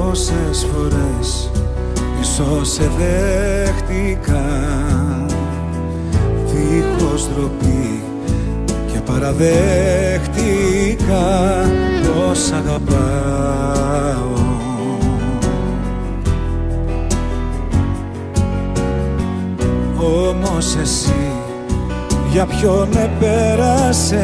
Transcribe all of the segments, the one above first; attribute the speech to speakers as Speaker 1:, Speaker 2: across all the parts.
Speaker 1: πολλές φορές ίσως σε δέχτηκα δίχως ντροπή και παραδέχτηκα πως αγαπάω Όμως εσύ για ποιον επέρασες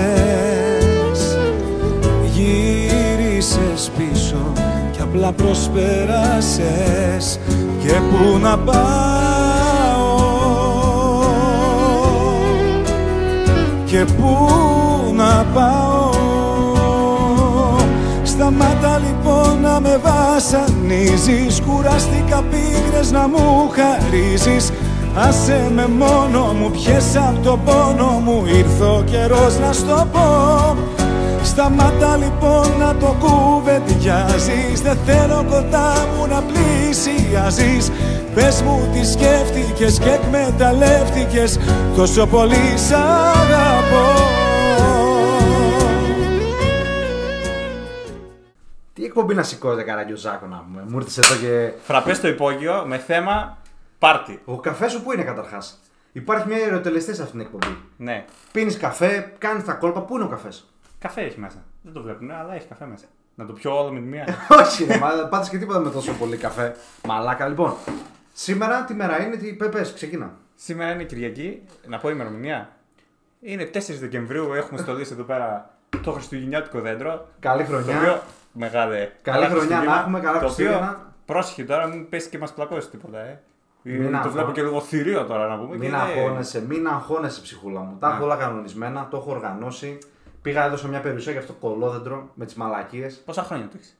Speaker 1: Γύρισες πίσω και απλά προσπέρασες Και πού να πάω Και πού να πάω Σταμάτα λοιπόν να με βασανίζεις Κουράστηκα πίκρες να μου χαρίζεις Άσε με μόνο μου, πιέσα από τον πόνο μου Ήρθε καιρός να στο πω Σταμάτα λοιπόν να το κουβεντιάζεις Δεν θέλω κοντά μου να πλησιάζεις Πες μου τι σκέφτηκες και εκμεταλλεύτηκες Τόσο πολύ σ' αγαπώ
Speaker 2: Τι εκπομπή να σηκώσει, καράκι ο Ζάκο να πούμε. Μου ήρθες εδώ και.
Speaker 3: Φραπές στο υπόγειο με θέμα πάρτι.
Speaker 2: Ο καφέ σου πού είναι καταρχάς. Υπάρχει μια ερωτελεστή σε αυτήν την εκπομπή.
Speaker 3: Ναι.
Speaker 2: Πίνεις καφέ, κάνεις τα κόλπα. Πού είναι ο καφές.
Speaker 3: Καφέ έχει μέσα. Δεν το βλέπουν, αλλά έχει καφέ μέσα. Να το πιω όλο με τη μία.
Speaker 2: Όχι, ρε, μα πάτες και τίποτα με τόσο πολύ καφέ. Μαλάκα, λοιπόν. Σήμερα τι μέρα είναι, τι πεπέ, ξεκινά.
Speaker 3: Σήμερα είναι Κυριακή, να πω ημερομηνία. Είναι 4 Δεκεμβρίου, έχουμε στολίσει εδώ πέρα το χριστουγεννιάτικο δέντρο.
Speaker 2: Καλή
Speaker 3: Το
Speaker 2: χρονιά.
Speaker 3: οποίο μεγάλε.
Speaker 2: Καλή χρονιά
Speaker 3: Χριστούγεννα,
Speaker 2: να έχουμε, καλά
Speaker 3: το οποίο,
Speaker 2: Χριστούγεννα.
Speaker 3: πρόσχε τώρα, μην πέσει και μας πλακώσεις τίποτα, ε.
Speaker 2: Μην
Speaker 3: το
Speaker 2: αγχώνεσαι.
Speaker 3: βλέπω και λίγο θηρίο τώρα να πούμε. και
Speaker 2: Μην
Speaker 3: είναι-
Speaker 2: αγχώνεσαι, μην αγχώνεσαι ψυχούλα μου. Τα έχω όλα κανονισμένα, το έχω οργανώσει. Πήγα εδώ σε μια περιουσία για αυτό το κολόδεντρο με τις μαλακίες.
Speaker 3: Πόσα χρόνια το έχεις.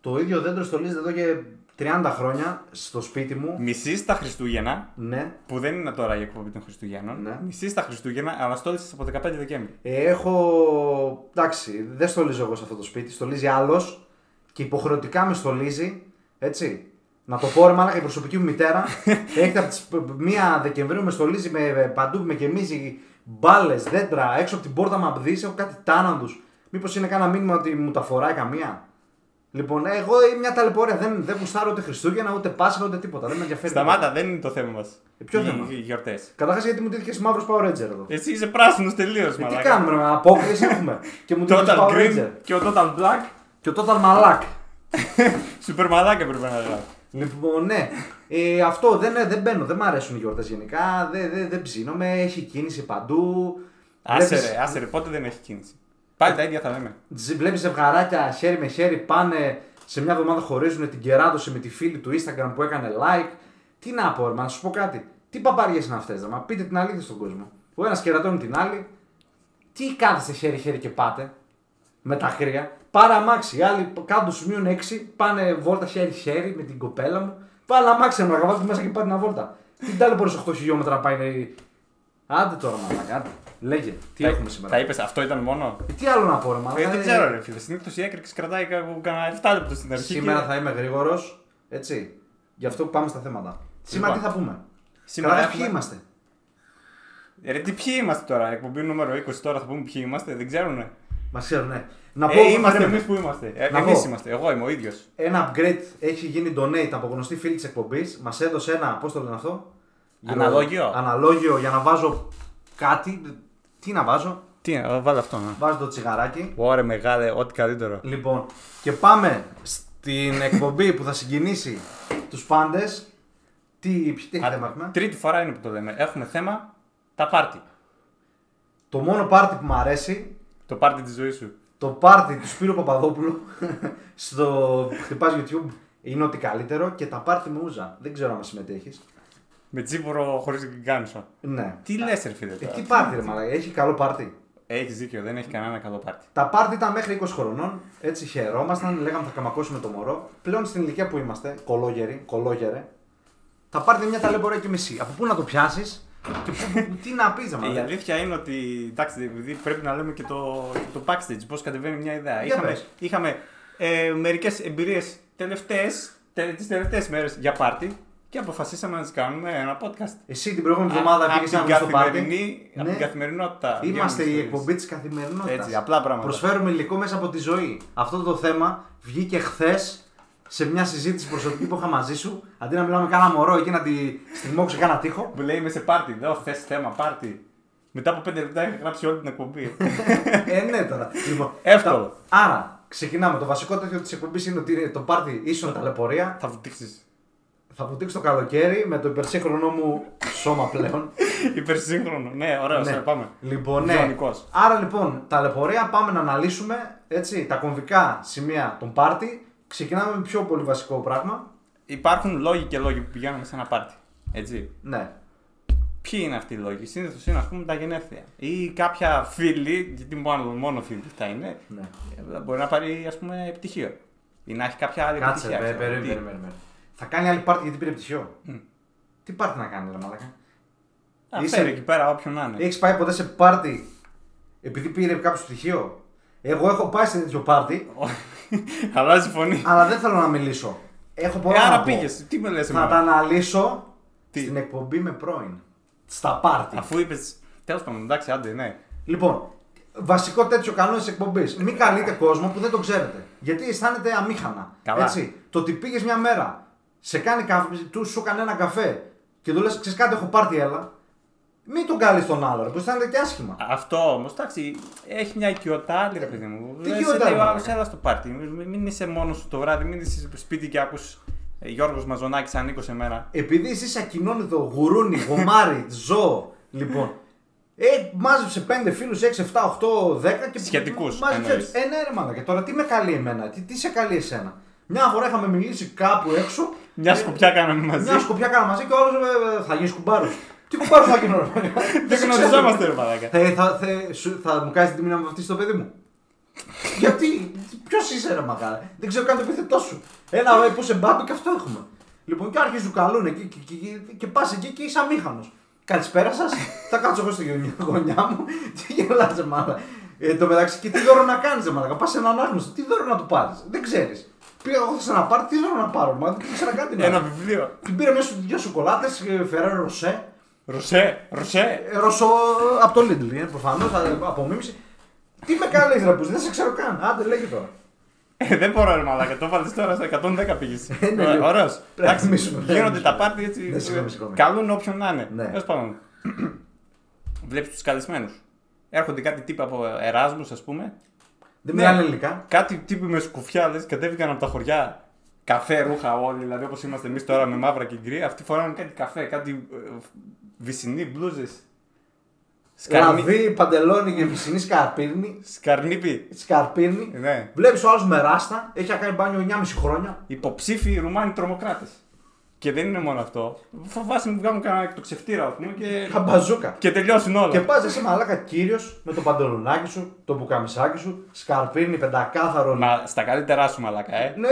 Speaker 2: Το ίδιο δέντρο στολίζεται εδώ και 30 χρόνια στο σπίτι μου.
Speaker 3: Μισείς τα Χριστούγεννα,
Speaker 2: Ναι.
Speaker 3: που δεν είναι τώρα η εκπομπή των Χριστουγέννων.
Speaker 2: Ναι.
Speaker 3: Μισείς τα Χριστούγεννα, αλλά στόλισε από 15 Δεκέμβρη.
Speaker 2: Ε, Έχω. Εντάξει, δεν στολίζω εγώ σε αυτό το σπίτι. Στολίζει άλλος και υποχρεωτικά με στολίζει. Έτσι. Να το πω ρε μαλάκα, η προσωπική μου μητέρα έρχεται από τις 1 Δεκεμβρίου με στολίζει με με παντού, με γεμίζει μπάλες, δέντρα, έξω από την πόρτα μου απδείς, έχω κάτι τάναντου. Μήπως είναι κανένα μήνυμα ότι μου τα φοράει καμία. Λοιπόν, ε, εγώ είμαι μια ταλαιπωρία. Δεν, δεν γουστάρω ούτε Χριστούγεννα, ούτε Πάσχα, ούτε τίποτα. Δεν με ενδιαφέρει.
Speaker 3: Σταμάτα, δεν είναι το θέμα μας.
Speaker 2: Ε, ποιο θέμα?
Speaker 3: Οι γιορτές.
Speaker 2: Καταρχάς γιατί μου τύχε μαύρος Power Ranger εδώ.
Speaker 3: Εσύ είσαι πράσινος τελείως,
Speaker 2: Ε,
Speaker 3: Ε,
Speaker 2: τι
Speaker 3: μαλάκα.
Speaker 2: κάνουμε, ρε, απόκριση έχουμε. και μου τύχε
Speaker 3: Total
Speaker 2: Power
Speaker 3: Green
Speaker 2: Ranger.
Speaker 3: και ο Total Black.
Speaker 2: Και ο Total Malak.
Speaker 3: Σούπερ μαλάκα πρέπει να λέω.
Speaker 2: Λοιπόν, ναι. Ε, αυτό δεν, δεν μπαίνω, δεν μ' αρέσουν οι γιορτές γενικά. Δεν, δεν, δεν ψήνομαι, έχει κίνηση παντού.
Speaker 3: Άσε
Speaker 2: Βλέπεις-
Speaker 3: ρε, άσε ρε, πότε δεν έχει κίνηση. Πάλι τα ίδια θα λέμε.
Speaker 2: Ζ- Βλέπεις ζευγαράκια χέρι με χέρι πάνε σε μια εβδομάδα χωρίζουν την κεράτωση με τη φίλη του Instagram που έκανε like. Τι να πω, ρε, μα, να σου πω κάτι. Τι παπαριές είναι αυτές, ρε, μα πείτε την αλήθεια στον κόσμο. Ο ένας κερατώνει την άλλη. Τι κάθεστε χέρι-χέρι και πάτε με τα χρία. Πάρα αμάξι. Οι άλλοι κάτω τους σημείου 6 πάνε βόλτα χέρι-χέρι με την κοπέλα μου. Πάνε αμάξι να γαβάτε μέσα και πάτε μια βόλτα. Τι ταλαιπωρείς 8 χιλιόμετρα να πάει. ρε. Άντε τώρα, μαλάκα. άντε. Λέγε, τι
Speaker 3: Τα-
Speaker 2: έχουμε
Speaker 3: Τα
Speaker 2: σήμερα.
Speaker 3: είπες, αυτό ήταν μόνο.
Speaker 2: Ε, Τι άλλο να πω, ρε, μαλάκα,
Speaker 3: Ε, δεν
Speaker 2: ε,
Speaker 3: ξέρω, ρε φίλε. Συνήθω η έκρηξη κρατάει κάπου κανένα 7 λεπτά στην αρχή.
Speaker 2: Σήμερα
Speaker 3: και-
Speaker 2: θα είμαι γρήγορος. Έτσι. Γι' αυτό πάμε στα θέματα. Σήμερα τι θα πούμε.
Speaker 3: Λοιπόν. Σήμερα
Speaker 2: Σήμερα
Speaker 3: έχουμε-
Speaker 2: ποιοι είμαστε.
Speaker 3: Ε, Ρε, τι ποιοι είμαστε τώρα, εκπομπή νούμερο 20 τώρα θα πούμε ποιοι είμαστε, δεν ξέρουνε.
Speaker 2: Μα ξέρουν, ναι. Να πω
Speaker 3: Ε, είμαστε
Speaker 2: περίμενε.
Speaker 3: εμείς που είμαστε. Ε,
Speaker 2: Να
Speaker 3: εμείς
Speaker 2: πω.
Speaker 3: είμαστε. Εγώ είμαι ο ίδιος.
Speaker 2: Ένα upgrade έχει γίνει donate από γνωστή φίλη της εκπομπής. Μας έδωσε ένα, πώς το λένε αυτό.
Speaker 3: Αναλόγιο.
Speaker 2: Αναλόγιο για να βάζω κάτι. Τι ε, να βάζω.
Speaker 3: Τι, βάλω αυτό να.
Speaker 2: Βάζω το τσιγαράκι.
Speaker 3: Ωραία, μεγάλε, ό,τι καλύτερο.
Speaker 2: Λοιπόν, και πάμε στην εκπομπή που θα συγκινήσει τους πάντες. Τι, τι
Speaker 3: Α,
Speaker 2: θέμα έχουμε.
Speaker 3: Τρίτη φορά είναι που το λέμε. Έχουμε θέμα τα πάρτι.
Speaker 2: Το μόνο πάρτι που μου αρέσει
Speaker 3: Το πάρτι της ζωής σου.
Speaker 2: το πάρτι του Σπύρου Παπαδόπουλου στο χτυπάς YouTube είναι ό,τι καλύτερο και τα πάρτι με ούζα. Δεν ξέρω αν συμμετέχεις.
Speaker 3: Με τσίπουρο χωρίς γκάνισο.
Speaker 2: Ναι.
Speaker 3: Τι λες, ρε φίλε.
Speaker 2: Ε,
Speaker 3: Τώρα.
Speaker 2: τι πάρτι ρε μαλάκα, έχει καλό πάρτι.
Speaker 3: Έχεις δίκιο, δεν έχει κανένα καλό πάρτι.
Speaker 2: Τα πάρτι ήταν μέχρι 20 χρονών, έτσι χαιρόμασταν, λέγαμε θα καμακώσουμε το μωρό. Πλέον στην ηλικία που είμαστε, κολόγεροι, κολόγερε, τα πάρτι είναι μια ταλαιπωρία και μισή. Από πού να το πιάσεις και πού- τι να πεις ρε
Speaker 3: Ε, Η
Speaker 2: μαλάκα.
Speaker 3: αλήθεια είναι ότι εντάξει, επειδή πρέπει να λέμε και το, και το backstage, πώς κατεβαίνει μια
Speaker 2: Για
Speaker 3: ιδέα. είχαμε
Speaker 2: πες.
Speaker 3: είχαμε ε, μερικές εμπειρίες τελευταίες, τε, τις τελευταίες μέρες για πάρτι και αποφασίσαμε να τις κάνουμε ένα podcast.
Speaker 2: Εσύ την προηγούμενη εβδομάδα
Speaker 3: Α-
Speaker 2: πήγες να
Speaker 3: απ' την
Speaker 2: βγεις στο πάρτι.
Speaker 3: καθημερινή- απ'
Speaker 2: Ναι.
Speaker 3: την καθημερινότητα.
Speaker 2: Είμαστε η
Speaker 3: βγαίνουν
Speaker 2: εκπομπή της καθημερινότητας.
Speaker 3: Έτσι, απλά πράγματα.
Speaker 2: Προσφέρουμε υλικό μέσα από τη ζωή. Αυτό το θέμα βγήκε χθες σε μια συζήτηση προσωπική που είχα μαζί σου, αντί να μιλάμε κάνα μωρό εκεί να τη στιγμώξω κάνα τείχο.
Speaker 3: Μου λέει είμαι σε πάρτι. Λέω θε θέμα, πάρτι. Μετά από 5 λεπτά είχα γράψει όλη την εκπομπή.
Speaker 2: ε, ναι τώρα. Λοιπόν,
Speaker 3: Εύκολο.
Speaker 2: τα- Άρα, ξεκινάμε. Το βασικό τέτοιο της εκπομπής είναι ότι είναι το πάρτι ίσον ταλαιπωρία.
Speaker 3: Θα βουτήξεις.
Speaker 2: Θα βουτήξω το καλοκαίρι με το υπερσύγχρονό μου σώμα πλέον.
Speaker 3: Υπερσύγχρονο. Ναι, ωραίος,
Speaker 2: Ναι.
Speaker 3: ναι. πάμε.
Speaker 2: Λοιπόν, ναι.
Speaker 3: Βιονικός.
Speaker 2: Άρα λοιπόν, τα λεπορία πάμε να αναλύσουμε έτσι, τα κομβικά σημεία των πάρτι. Ξεκινάμε με πιο πολύ βασικό πράγμα.
Speaker 3: Υπάρχουν λόγοι και λόγοι που πηγαίνουμε σε ένα πάρτι. Έτσι.
Speaker 2: Ναι.
Speaker 3: Ποιοι είναι αυτοί οι λόγοι. Συνήθως είναι ας πούμε τα γενέθλια. Ή κάποια φίλη, γιατί μόνο, μόνο φίλη θα είναι.
Speaker 2: ναι.
Speaker 3: ε, Μπορεί να πάρει ας πούμε πτυχίο. Ή να έχει κάποια άλλη
Speaker 2: Κάτσε,
Speaker 3: επιτυχία,
Speaker 2: περίμενε,
Speaker 3: ξέρω, τι.
Speaker 2: περίμενε. περίμενε. Θα κάνει άλλη πάρτι γιατί πήρε πτυχίο.
Speaker 3: Μ.
Speaker 2: Τι πάρτι να κάνει, ρε Μαλάκα.
Speaker 3: Α,
Speaker 2: Είσαι-
Speaker 3: φέρει εκεί πέρα όποιον να είναι.
Speaker 2: Έχεις πάει ποτέ σε πάρτι επειδή πήρε κάποιος πτυχίο. Εγώ έχω πάει σε τέτοιο πάρτι,
Speaker 3: Αλλάζει φωνή.
Speaker 2: αλλά δεν θέλω να μιλήσω. Έχω
Speaker 3: Ε,
Speaker 2: πολλά να
Speaker 3: άρα
Speaker 2: πω.
Speaker 3: πήγες. Τι με λες
Speaker 2: Θα τα αναλύσω
Speaker 3: Τι?
Speaker 2: στην εκπομπή με πρώην. Στα πάρτι.
Speaker 3: Αφού είπες. Τέλος πάντων, εντάξει, άντε, ναι.
Speaker 2: Λοιπόν, βασικό τέτοιο κανόνα της εκπομπής. Μην καλείτε κόσμο που δεν το ξέρετε. Γιατί αισθάνεται αμήχανα.
Speaker 3: Καλά.
Speaker 2: Έτσι. Το ότι πήγες μια μέρα, σε κάνει καφέ, του σου έκανε ένα καφέ και του λες: Ξέρεις κάτι, έχω πάρτι, έλα. Μην τον καλείς τον άλλο, ρε, που αισθάνεται και άσχημα.
Speaker 3: Αυτό όμως, εντάξει, έχει μια οικειότητα άλλη, ρε παιδί μου.
Speaker 2: Τι
Speaker 3: Λες,
Speaker 2: οικειότητα,
Speaker 3: λέει ο
Speaker 2: ρε,
Speaker 3: άλλος,
Speaker 2: μάνα.
Speaker 3: έλα στο πάρτι. Μην μην είσαι μόνος σου το βράδυ, μην είσαι στο σπίτι και ε, άκου Γιώργος Μαζονάκης ανήκω σε μένα.
Speaker 2: Επειδή εσύ είσαι ακοινώνητο, γουρούνι, γομάρι, ζώο, λοιπόν. Ε, μάζεψε 5 φίλου, 6, 7, 8, 10 και
Speaker 3: Σχετικούς,
Speaker 2: Μάζεψε.
Speaker 3: εννοείς.
Speaker 2: Ε, ναι, ρε μάνα. Και τώρα τι με καλεί εμένα, τι, τι σε καλεί εσένα. Μια φορά είχαμε μιλήσει κάπου έξω.
Speaker 3: Μια
Speaker 2: ε,
Speaker 3: σκουπιά κάναμε μαζί.
Speaker 2: Μια σκοπιά κάνα μαζί και ο άλλος θα γίνεις κουμπάρος. Τι κουμπάρος θα γίνω, ρε.
Speaker 3: Δεν γνωριζόμαστε, ρε μαλάκα.
Speaker 2: Θα, θα, θα, σου- θα μου κάνεις την τιμή να με βαφτίσεις το παιδί μου. Γιατί, ποιος είσαι, ρε μακάρα. Δεν ξέρω καν το επιθετό σου. Ένα ε, που σε μπάμπι και αυτό έχουμε. Λοιπόν, και άρχιζε σου καλούν εκεί και, και, και, και πας εκεί και είσαι αμήχανος. Καλησπέρα σας. θα κάτσω εγώ στη γωνιά, γωνιά μου και γελάζε μάλλον. Ε, το μεταξύ, και τι δώρο να κάνεις, μαλακά. Πας σε έναν άγνωστο, τι δώρο να του πάρεις. Δεν ξέρεις. Πήγα εγώ σε ένα πάρτι, τι δώρο να πάρω. Μα δεν ξέρω κάτι να
Speaker 3: Ένα βιβλίο.
Speaker 2: την πήρε μέσα δύο σοκολάτε, Φεραίρο Ροσέ.
Speaker 3: Ρωσέ, ρωσέ.
Speaker 2: Ε, Ρωσό από το Lidl είναι προφανώ, από μίμηση. Τι με κάνει ρε που δεν σε ξέρω καν. Άντε, λέγε τώρα.
Speaker 3: Ε, δεν μπορώ, ρε μαλάκα. Το βάλει τώρα στα 110 πήγες.
Speaker 2: Ε, ναι, λίγο.
Speaker 3: Ωραίος.
Speaker 2: να θυμίσουμε, πρέπει να
Speaker 3: Γίνονται τα
Speaker 2: θυμίσουμε.
Speaker 3: πάρτι έτσι.
Speaker 2: Ναι, συγγνώμη, συγγνώμη.
Speaker 3: Καλούν όποιον να είναι.
Speaker 2: Ναι.
Speaker 3: Τέλος πάντων. Βλέπεις τους καλεσμένους. Έρχονται κάτι τύποι από Εράσμου, ας πούμε.
Speaker 2: Δεν
Speaker 3: Ναι.
Speaker 2: μιλάνε ελληνικά.
Speaker 3: Κάτι τύποι με σκουφιάδες κατέβηκαν από τα χωριά. Καφέ ρούχα όλοι, δηλαδή όπως είμαστε εμείς τώρα με μαύρα και γκρι. Αυτοί φοράνε κάτι καφέ, κάτι ε, βυσινή μπλούζες. Σκαρνί...
Speaker 2: Λαβή, παντελόνι και πισινή σκαρπίνη.
Speaker 3: Σκαρνίπι.
Speaker 2: Σκαρπίνη.
Speaker 3: Ναι.
Speaker 2: Βλέπεις ο άλλο με ράστα, έχει να κάνει μπάνιο 9,5 χρόνια.
Speaker 3: Υποψήφοι Ρουμάνοι τρομοκράτες. Και δεν είναι μόνο αυτό. Φοβάσαι να βγάλουν κανένα εκτοξευτήρα, ας πούμε, και,
Speaker 2: Καμπαζούκα.
Speaker 3: και τελειώσουν όλα.
Speaker 2: Και πας εσύ μαλάκα κύριος με το παντελονάκι σου, το μπουκαμισάκι σου, σκαρπίνη πεντακάθαρο
Speaker 3: Μα στα καλύτερά σου, μαλακά, ε.
Speaker 2: Ναι,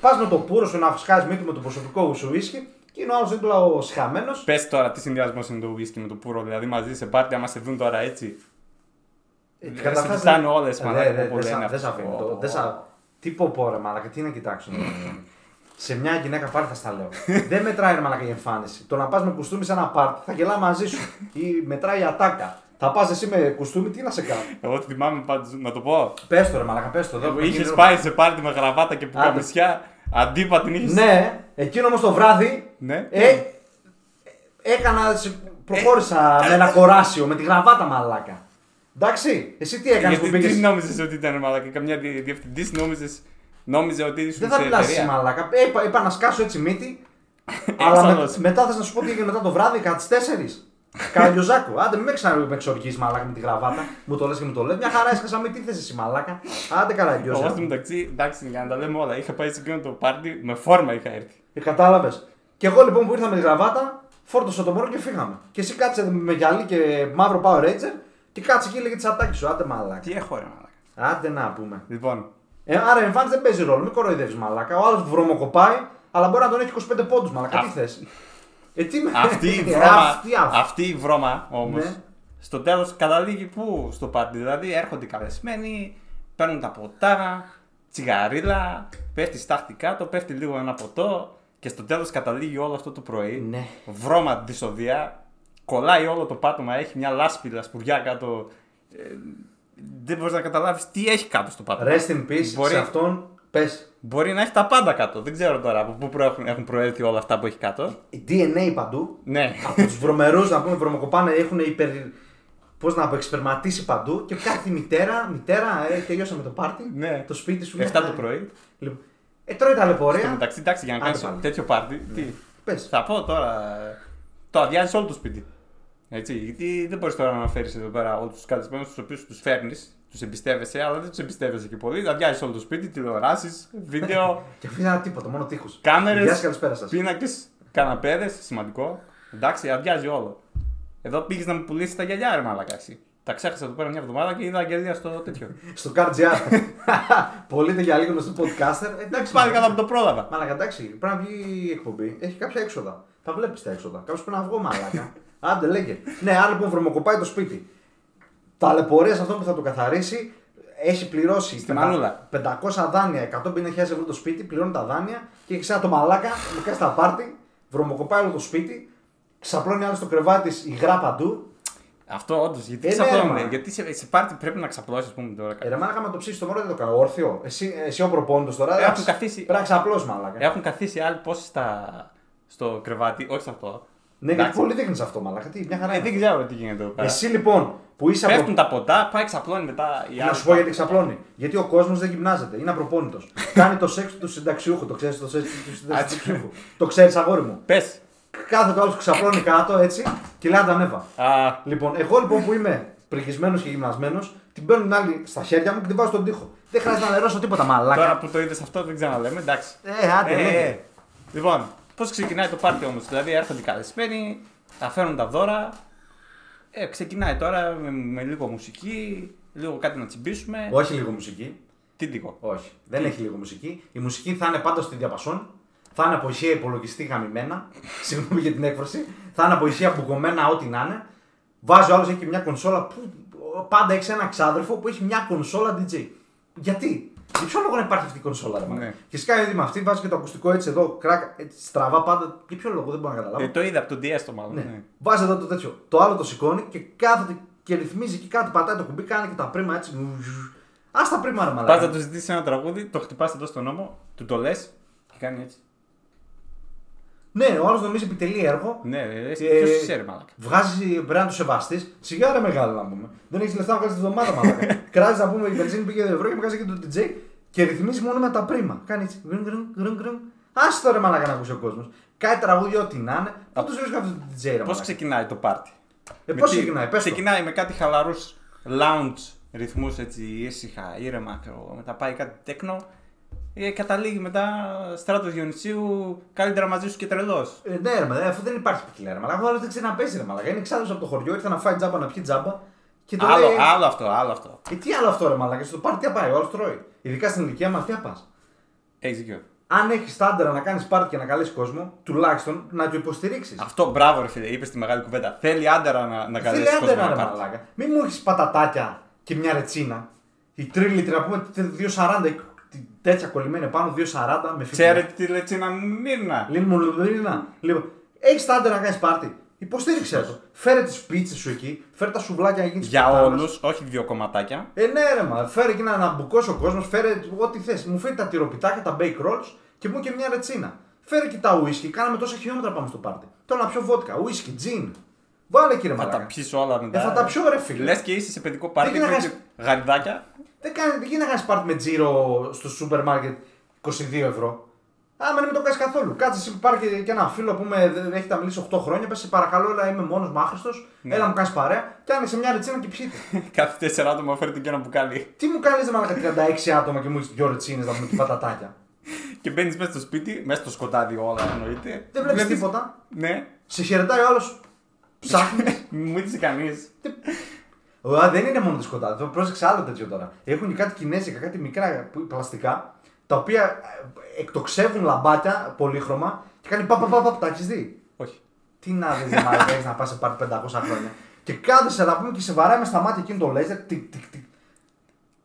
Speaker 2: πα με το πούρο σου να σκάσει μύτη με το προσωπικό σου ίσκι και είναι ο άλλος δίπλα ο σχαμένος.
Speaker 3: Πες τώρα τι συνδυασμός είναι το whisky με το πουρο, δηλαδή μαζί σε πάρτι, άμα σε δουν τώρα έτσι.
Speaker 2: Ε,
Speaker 3: Δεν σε κοιτάνε όλες, μαλάκα, όπου λένε
Speaker 2: Δεν
Speaker 3: αυτό.
Speaker 2: σε αφήνω. το-
Speaker 3: Ω.
Speaker 2: δεν σ' α- Τι πω πω ρε μαλάκα, τι να κοιτάξω. ναι. Σε μια γυναίκα πάλι θα στα λέω. δεν μετράει ρε μαλάκα η εμφάνιση. Το να πας με κουστούμι σε ένα πάρτι θα γελά μαζί σου. Ή μετράει η ατάκα. Θα πας εσύ με κουστούμι, τι να σε κάνω.
Speaker 3: Εγώ θυμάμαι πάντως να το πω.
Speaker 2: Πες το ρε μαλάκα, πες το. δεν-
Speaker 3: Ε, Είχες πάει σε πάρτι με γραβάτα και πουκαμισιά. Αντίπα την είχες.
Speaker 2: Ναι, εκείνο όμως το βράδυ
Speaker 3: Ναι.
Speaker 2: Ε, έκανα, σε- προχώρησα
Speaker 3: Ε,
Speaker 2: με ένα κοράσιο, με τη γραβάτα μαλάκα. Εντάξει, εσύ τι έκανες που
Speaker 3: Γιατί τι
Speaker 2: πήγες,
Speaker 3: νόμιζες ότι ήταν μαλακά. Καμιά διευθυντής νόμιζες νόμιζε ότι ήσουν
Speaker 2: δεν θα
Speaker 3: σε
Speaker 2: μιλάς εσύ
Speaker 3: εταιρεία.
Speaker 2: μαλάκα, Ε, είπα, είπα να σκάσω έτσι μύτη,
Speaker 3: Έχεις
Speaker 2: αλλά με,
Speaker 3: άλλος.
Speaker 2: μετά θες να σου πω τι έγινε μετά το βράδυ, κατά τις 4. Καραγκιόζάκο, άντε μην με ξαναεξοργείς μαλάκα με τη γραβάτα, μου το λες και μου το λες, μια χαρά έσκασα μύτη, τι θες εσύ μαλάκα, άντε
Speaker 3: Εγώ
Speaker 2: καραγκιόζακο.
Speaker 3: στο μεταξύ, εντάξει, για να τα λέμε όλα. Είχα πάει σε εκείνο το πάρτι με φόρμα είχα έρθει.
Speaker 2: Ε, Κατάλαβες. Και εγώ λοιπόν που ήρθα με τη γραβάτα, φόρτωσα το μωρό και φύγαμε. Και εσύ κάτσε με γυαλί και μαύρο Power Ranger και κάτσε εκεί λέγε τι ατάκι σου. Άντε μαλάκα.
Speaker 3: Τι έχω ρε μαλακά.
Speaker 2: Άντε να πούμε.
Speaker 3: Λοιπόν,
Speaker 2: Ε, άρα εμφάνιση δεν παίζει ρόλο, μην κοροϊδεύεις μαλάκα. Ο άλλος βρωμοκοπάει, αλλά μπορεί να τον έχει 25 πόντους μαλάκα.
Speaker 3: Α-
Speaker 2: Τι θες. Ε, τι με
Speaker 3: αυτή η
Speaker 2: Ε,
Speaker 3: βρώμα,
Speaker 2: αυτή, αυτή.
Speaker 3: αυτή η βρώμα όμως,
Speaker 2: Ναι.
Speaker 3: στο τέλος καταλήγει πού στο πάρτι. Δηλαδή έρχονται οι καλεσμένοι, παίρνουν τα ποτά, τσιγαρίλα, πέφτει στάχτη κάτω, πέφτει λίγο ένα ποτό και στο τέλος καταλήγει όλο αυτό το πρωί.
Speaker 2: Ναι.
Speaker 3: Βρώμα δυσοδεία, κολλάει όλο το πάτωμα, έχει μια λάσπη λασπουριά κάτω. Ε, δεν μπορείς να καταλάβεις τι έχει κάτω στο πάτωμα.
Speaker 2: Rest in peace
Speaker 3: Μπορεί-
Speaker 2: σε αυτόν Πες.
Speaker 3: Μπορεί να έχει τα πάντα κάτω. Δεν ξέρω τώρα από πού προέχουν- έχουν προέλθει όλα αυτά που έχει κάτω.
Speaker 2: DNA παντού.
Speaker 3: Ναι.
Speaker 2: από τους βρωμερούς να πούμε βρωμοκοπάνε έχουν υπερ. Πώς να πω, εξπερματίσει παντού και κάθε μητέρα, μητέρα, ε, τελειώσαμε το πάρτι.
Speaker 3: Ναι.
Speaker 2: Το σπίτι σου.
Speaker 3: 7
Speaker 2: λέει,
Speaker 3: το
Speaker 2: «Ε,
Speaker 3: πρωί.
Speaker 2: Λοιπόν, ε, τρώει τα
Speaker 3: Στο
Speaker 2: λεπορία.
Speaker 3: μεταξύ, εντάξει, για να
Speaker 2: Άντε
Speaker 3: κάνεις
Speaker 2: πάλι. Ναι.
Speaker 3: τέτοιο πάρτι. Τι.
Speaker 2: Πες.
Speaker 3: Θα πω τώρα. ε, Το αδειάζεις όλο το σπίτι. Έτσι, γιατί δεν μπορείς τώρα να φέρει εδώ πέρα όλους τους καλεσμένου τους οποίους τους φέρνεις, τους εμπιστεύεσαι, αλλά δεν τους εμπιστεύεσαι και πολύ. Αδειάζει όλο το σπίτι, τηλεοράσεις, βίντεο,
Speaker 2: Και αφήνει τίποτα, μόνο τείχου.
Speaker 3: κάμερε,
Speaker 2: Γεια σα, καλησπέρα σας.
Speaker 3: πίνακες, καναπέδες, σημαντικό. Εντάξει, αδειάζει όλο. Εδώ πήγες να μου πουλήσεις τα γυαλιά, ρε μαλακά. εσύ. Τα ξέχασα εδώ πέρα μια εβδομάδα και είδα αγγελία στο τέτοιο.
Speaker 2: Στο CarGR. Πολύτε για λίγο στο podcaster. Ε, Εντάξει.
Speaker 3: Πάλι καλά που το πρόλαβα.
Speaker 2: Μαλάκα, εντάξει, πρέπει να βγει η εκπομπή. Έχει κάποια έξοδα. Τα βλέπεις τα έξοδα. Κάπω πρέπει να βγω, μαλάκα. Άντε, λέγε. Ναι, άρα λοιπόν βρωμοκοπάει το σπίτι. Ταλαιπωρίας σε αυτόν που θα το καθαρίσει. Έχει πληρώσει
Speaker 3: Στη
Speaker 2: πεντα-
Speaker 3: μανούλα.
Speaker 2: 500 δάνεια, 150.000 ευρώ το σπίτι, πληρώνει τα δάνεια και έχει ξανά το μαλάκα, μου κάνει τα πάρτι, βρωμοκοπάει όλο το σπίτι, ξαπλώνει άλλο στο κρεβάτι της υγρά παντού.
Speaker 3: Αυτό όντως, γιατί
Speaker 2: Ε, ναι,
Speaker 3: ξαπλώνουμε.
Speaker 2: μα.
Speaker 3: γιατί σε, σε πάρτι πρέπει να ξαπλώσεις, ας πούμε τώρα.
Speaker 2: Ε, ρε μάλακα, με το ψήσεις το μωρό δεν το κάνω. Όρθιο. Εσύ, εσύ ο προπόνητος τώρα.
Speaker 3: Έχουν
Speaker 2: εντάξει,
Speaker 3: καθίσει.
Speaker 2: Πρέπει να ξαπλώσεις, μαλάκα.
Speaker 3: Έχουν καθίσει άλλοι πόσοι στα... στο κρεβάτι, όχι σε αυτό.
Speaker 2: Ναι, γιατί
Speaker 3: Εντάξει.
Speaker 2: πολύ τέχνη αυτό, μαλάκα. Τι, μια χαρά.
Speaker 3: Ε,
Speaker 2: είναι.
Speaker 3: δεν ξέρω τι γίνεται εδώ πέρα.
Speaker 2: Εσύ λοιπόν που είσαι από
Speaker 3: Πέφτουν τα ποτά, πάει ξαπλώνει μετά η
Speaker 2: Να σου πω γιατί ξαπλώνει. Γιατί ο κόσμος δεν γυμνάζεται. Είναι απροπόνητος. Κάνει το σεξ του συνταξιούχου. Το ξέρεις το σεξ του συνταξιούχου. το ξέρεις, αγόρι μου.
Speaker 3: Πες.
Speaker 2: Κάθε το άλλο ξαπλώνει κάτω έτσι και λέει αντανέβα.
Speaker 3: Α,
Speaker 2: Λοιπόν, εγώ λοιπόν που είμαι πληγισμένο και γυμνασμένος, την παίρνω την άλλη στα χέρια μου και την βάζω στον τοίχο. Δεν χρειάζεται να νερώσω τίποτα
Speaker 3: τώρα
Speaker 2: μαλάκα.
Speaker 3: που το είδες αυτό δεν ξαναλέμε, εντάξει.
Speaker 2: Ε, άντε, λέγε.
Speaker 3: Λοιπόν, πώς ξεκινάει το πάρτι όμως. Δηλαδή έρχονται οι καλεσμένοι, τα φέρνουν τα δώρα. Ε, ξεκινάει τώρα με, με λίγο μουσική, λίγο κάτι να τσιμπήσουμε.
Speaker 2: Όχι λίγο μουσική.
Speaker 3: Τι λίγο.
Speaker 2: Όχι. Δεν έχει λίγο μουσική. Η μουσική θα είναι πάντα στη διαπασόν. Θα είναι από ηχεία υπολογιστή γαμημένα. Συγγνώμη για την έκφραση. Θα είναι από ηχεία μπουκωμένα, ό,τι να είναι. Βάζει ο άλλος έχει και μια κονσόλα που πάντα έχει ένα ξάδερφο που έχει μια κονσόλα DJ. Γιατί, για ποιο λόγο να υπάρχει αυτή η κονσόλα, ρε μάνα.
Speaker 3: Ναι.
Speaker 2: Και σκάει με αυτή, βάζει και το ακουστικό έτσι εδώ, κρακ, έτσι, στραβά πάντα. Για ποιο λόγο δεν μπορώ να καταλάβω.
Speaker 3: Ε, το είδα από τον DS το μάλλον.
Speaker 2: Ναι.
Speaker 3: ναι.
Speaker 2: Βάζει εδώ το τέτοιο. Το άλλο το σηκώνει και κάθεται και ρυθμίζει και κάτι πατάει το κουμπί, κάνει και τα πρίμα έτσι. Ας τα πρίμα, ρε
Speaker 3: Πα
Speaker 2: μαλάκα.
Speaker 3: να του ζητήσεις ένα τραγούδι, το χτυπάς εδώ στον νόμο, του το λες και κάνει έτσι.
Speaker 2: Ναι, ο άλλος νομίζει επιτελεί έργο.
Speaker 3: Ναι, ρε, λες,
Speaker 2: Ε,
Speaker 3: ποιος είσαι, ρε μαλάκα.
Speaker 2: Βγάζει μπρέα του σεβαστής. Σιγά ρε μεγάλο να πούμε. Δεν έχεις λεφτά να βγάλει τη βδομάδα μαλάκα. Κράζεις να πούμε η βενζίνη πήγε 2 ευρώ και βγάζει και το DJ και ρυθμίζει μόνο με τα πρίμα. Κάνεις έτσι. Γκρουν, γκρουν, γκρουν, γκρουν. Άστο τώρα μαλάκα να ακούσει ο κόσμος. Κάτι τραγούδι, ό,τι να είναι. Πού του βρίσκει αυτό το DJ ρε
Speaker 3: Πώς
Speaker 2: μαλάκα.
Speaker 3: ξεκινάει το πάρτι.
Speaker 2: Ε,
Speaker 3: Με
Speaker 2: πώς
Speaker 3: τι-
Speaker 2: ξεκινάει, πες το.
Speaker 3: Ξεκινάει με κάτι χαλαρούς lounge ρυθμούς έτσι ήσυχα, ήρεμα. ξέρω εγώ. Μετά πάει κάτι τέκνο. Ε, καταλήγει μετά στράτος Διονυσίου, καλύτερα μαζί σου και τρελός.
Speaker 2: Ε, ναι, ρε, μαλάκα, αφού δεν υπάρχει ποικιλία ρε μαλάκα. Ο άλλος δεν ξέρει να παίζει ρε μαλάκα. Είναι ξάδερφο από το χωριό, ήρθε να φάει τζάμπα να πιει τζάμπα. Και το
Speaker 3: Άλλο,
Speaker 2: λέει,
Speaker 3: άλλο αυτό, άλλο αυτό.
Speaker 2: Ε, τι άλλο αυτό ρε μαλάκα. Στο πάρτι τι απάει, ο άλλος τρώει. Ειδικά στην ηλικία μας τι απά.
Speaker 3: Έχεις δίκιο.
Speaker 2: αν έχεις άντρα να κάνεις πάρτι και να καλέσεις κόσμο, τουλάχιστον να του υποστηρίξεις.
Speaker 3: Αυτό μπράβο, ρε φίλε, είπες τη μεγάλη κουβέντα. Θέλει άντερα να, να
Speaker 2: Φίλε,
Speaker 3: καλέσει
Speaker 2: άντε
Speaker 3: κόσμο
Speaker 2: να
Speaker 3: να
Speaker 2: ρε
Speaker 3: πάρει.
Speaker 2: μαλάκα. Μην μου έχεις πατατάκια και μια ρετσίνα. Η τρίλιτρα, να πούμε, 2,40 τη- τέτοια κολλημένη πάνω, 2,40 με φύλλα.
Speaker 3: Ξέρετε τι λέτσι να μείνα.
Speaker 2: Λίν μου λουλουλίνα. Λοιπόν, έχεις άντρα να κάνεις πάρτι. Υποστήριξε το. Φέρε τις πίτσες σου εκεί, φέρε τα σουβλάκια να γίνεις
Speaker 3: Για όλους, όχι δύο κομματάκια.
Speaker 2: Ε, ναι, ρε, μα. Φέρε εκεί να, να μπουκώσει ο κόσμος, φέρε ό,τι θες. Μου φέρει τα τυροπιτάκια, τα bake rolls και μου και μια ρετσίνα. Φέρε και τα whisky, κάναμε τόσα χιλιόμετρα πάμε στο πάρτι. Τώρα να πιω βότκα, whisky, gin. Βάλε κύριε
Speaker 3: Θα τα ναι.
Speaker 2: Μαλάκα.
Speaker 3: πιει όλα μετά.
Speaker 2: Ε, θα τα πιω, ρε φίλε.
Speaker 3: Λες και είσαι σε παιδικό πάρτι
Speaker 2: Δεν
Speaker 3: με
Speaker 2: γίνεται
Speaker 3: γαριδάκια.
Speaker 2: Δεν, κάνει, δεν γίνεται να κάνει πάρτι με τζίρο στο σούπερ μάρκετ 22 ευρώ. Άμα δεν το κάνεις καθόλου. Κάτσε εσύ που πάρει και- και ένα φίλο που με, δε- έχει τα μιλήσει 8 χρόνια, πες σε παρακαλώ, αλλά είμαι μόνος μου άχρηστος.
Speaker 3: Ναι.
Speaker 2: Έλα μου κάνεις παρέα και άνοιξε μια ρετσίνα και πιείτε.
Speaker 3: Κάθε τέσσερα άτομα φέρνει και ένα μπουκάλι.
Speaker 2: Τι μου κάνεις, μαλάκα 36 άτομα και μου έχεις δυο ρετσίνες να πούμε και πατατάκια.
Speaker 3: Και μπαίνεις μέσα στο σπίτι, μέσα στο σκοτάδι όλα εννοείται.
Speaker 2: Δεν βλέπεις
Speaker 3: Βλέπεις-
Speaker 2: τίποτα.
Speaker 3: Ναι,
Speaker 2: Σε χαιρετάει ο άλλο. Ψάχνει.
Speaker 3: μου είδε κανεί.
Speaker 2: Ωραία, δεν είναι μόνο το σκοτάδι. Το πρόσεξε άλλο τέτοιο τώρα. Έχουν και κάτι κινέζικα, κάτι μικρά που- πλαστικά, τα οποία ε, εκτοξεύουν λαμπάκια πολύχρωμα και κάνει παπ, παπ, παπ, παπ, τα έχεις δει.
Speaker 3: Όχι.
Speaker 2: Τι να δεις, Μαρία, έχεις να πας σε πάρει 500 χρόνια. Και κάθεσαι να πούμε και σε βαράει με στα μάτια εκείνο το λέζερ. Τικ, τικ, τικ.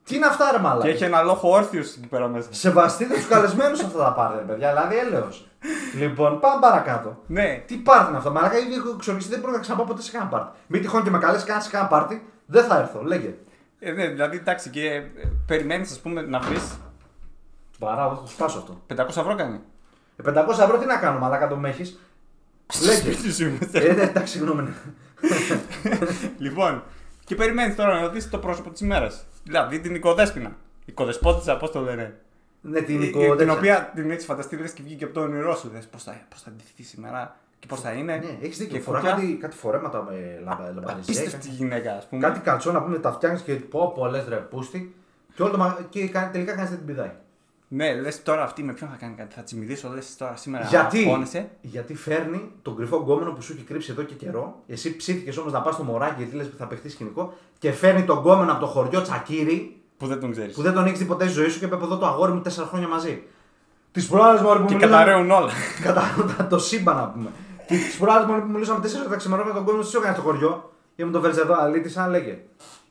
Speaker 2: Τι είναι αυτά, ρε μαλάκα.
Speaker 3: Και έχει ένα λόγο όρθιος εκεί πέρα μέσα.
Speaker 2: Σεβαστείτε τους καλεσμένους αυτά τα πάρτε, παιδιά. Δηλαδή, έλεος. λοιπόν, πάμε παρακάτω.
Speaker 3: Ναι,
Speaker 2: Τι πάρτι είναι αυτό, Μαλάκα, ήδη έχω εξοργιστεί, δεν μπορώ να ξαναπάω ποτέ σε κανένα πάρτι. Μην τυχόν και με καλέσει κανένα σε κανένα πάρτι, δεν θα έρθω, λέγε.
Speaker 3: ε, ναι δηλαδή εντάξει και περιμένεις, ας πούμε, να βρεις
Speaker 2: Παράγω, θα το σπάσω αυτό.
Speaker 3: 500 ευρώ κάνει.
Speaker 2: Ε, 500 ευρώ τι να κάνουμε, αλλά κάτω με έχεις.
Speaker 3: Στο σπίτι σου είμαστε.
Speaker 2: Ε, ναι, εντάξει, συγγνώμη. ναι. Ε.
Speaker 3: λοιπόν, και περιμένεις τώρα να δεις το πρόσωπο της ημέρας. Δηλαδή την οικοδέσπινα. Οικοδεσπότησα, πώ το λένε.
Speaker 2: Ναι, την
Speaker 3: Η- η-
Speaker 2: οικοδέσπινα.
Speaker 3: Ε, Την οποία την έτσι φανταστεί λες και βγήκε από το όνειρό σου. Λε πώς θα, πώς θα ντυθεί σήμερα και πώς θα είναι.
Speaker 2: Ναι, έχεις
Speaker 3: Και
Speaker 2: δίκιο. Φορά
Speaker 3: φωτιά.
Speaker 2: κάτι, κάτι φορέματα με λαμπα- λαμπανιζέ.
Speaker 3: Απίστευτη γυναίκα, ας πούμε.
Speaker 2: Κάτι καλτσόνα που είναι τα φτιάχνεις και πω πω λες ρε πούστη. Και, όλο το, μα- και κα- τελικά κάνει την πηδάει.
Speaker 3: Ναι, λες τώρα αυτή με ποιον θα κάνει κάτι. Θα τσιμιδίσω, λες τώρα σήμερα.
Speaker 2: Γιατί,
Speaker 3: αγχώνεσαι.
Speaker 2: γιατί φέρνει τον κρυφό γκόμενο που σου έχει κρύψει εδώ και καιρό. Εσύ ψήθηκες όμως να πας στο μωράκι γιατί λες που θα παιχτείς σκηνικό. Και φέρνει τον γκόμενο από το χωριό Τσακύρι
Speaker 3: Που δεν τον ξέρεις.
Speaker 2: που δεν τον έχεις δει ποτέ στη ζωή σου και είπε εδώ το αγόρι μου 4 χρόνια μαζί. Τις προάλλες μου που
Speaker 3: Και
Speaker 2: μιλούσαμε-
Speaker 3: καταραίουν όλα.
Speaker 2: Καταραίουν το σύμπαν να πούμε. Και τις προάλλες μου που μιλούσαμε 4 ώρα τα ξημερώνω με τον γκόμενο σου έκανε στο χωριό. Και μου τον φέρνει εδώ, αλήτησα, λέγε.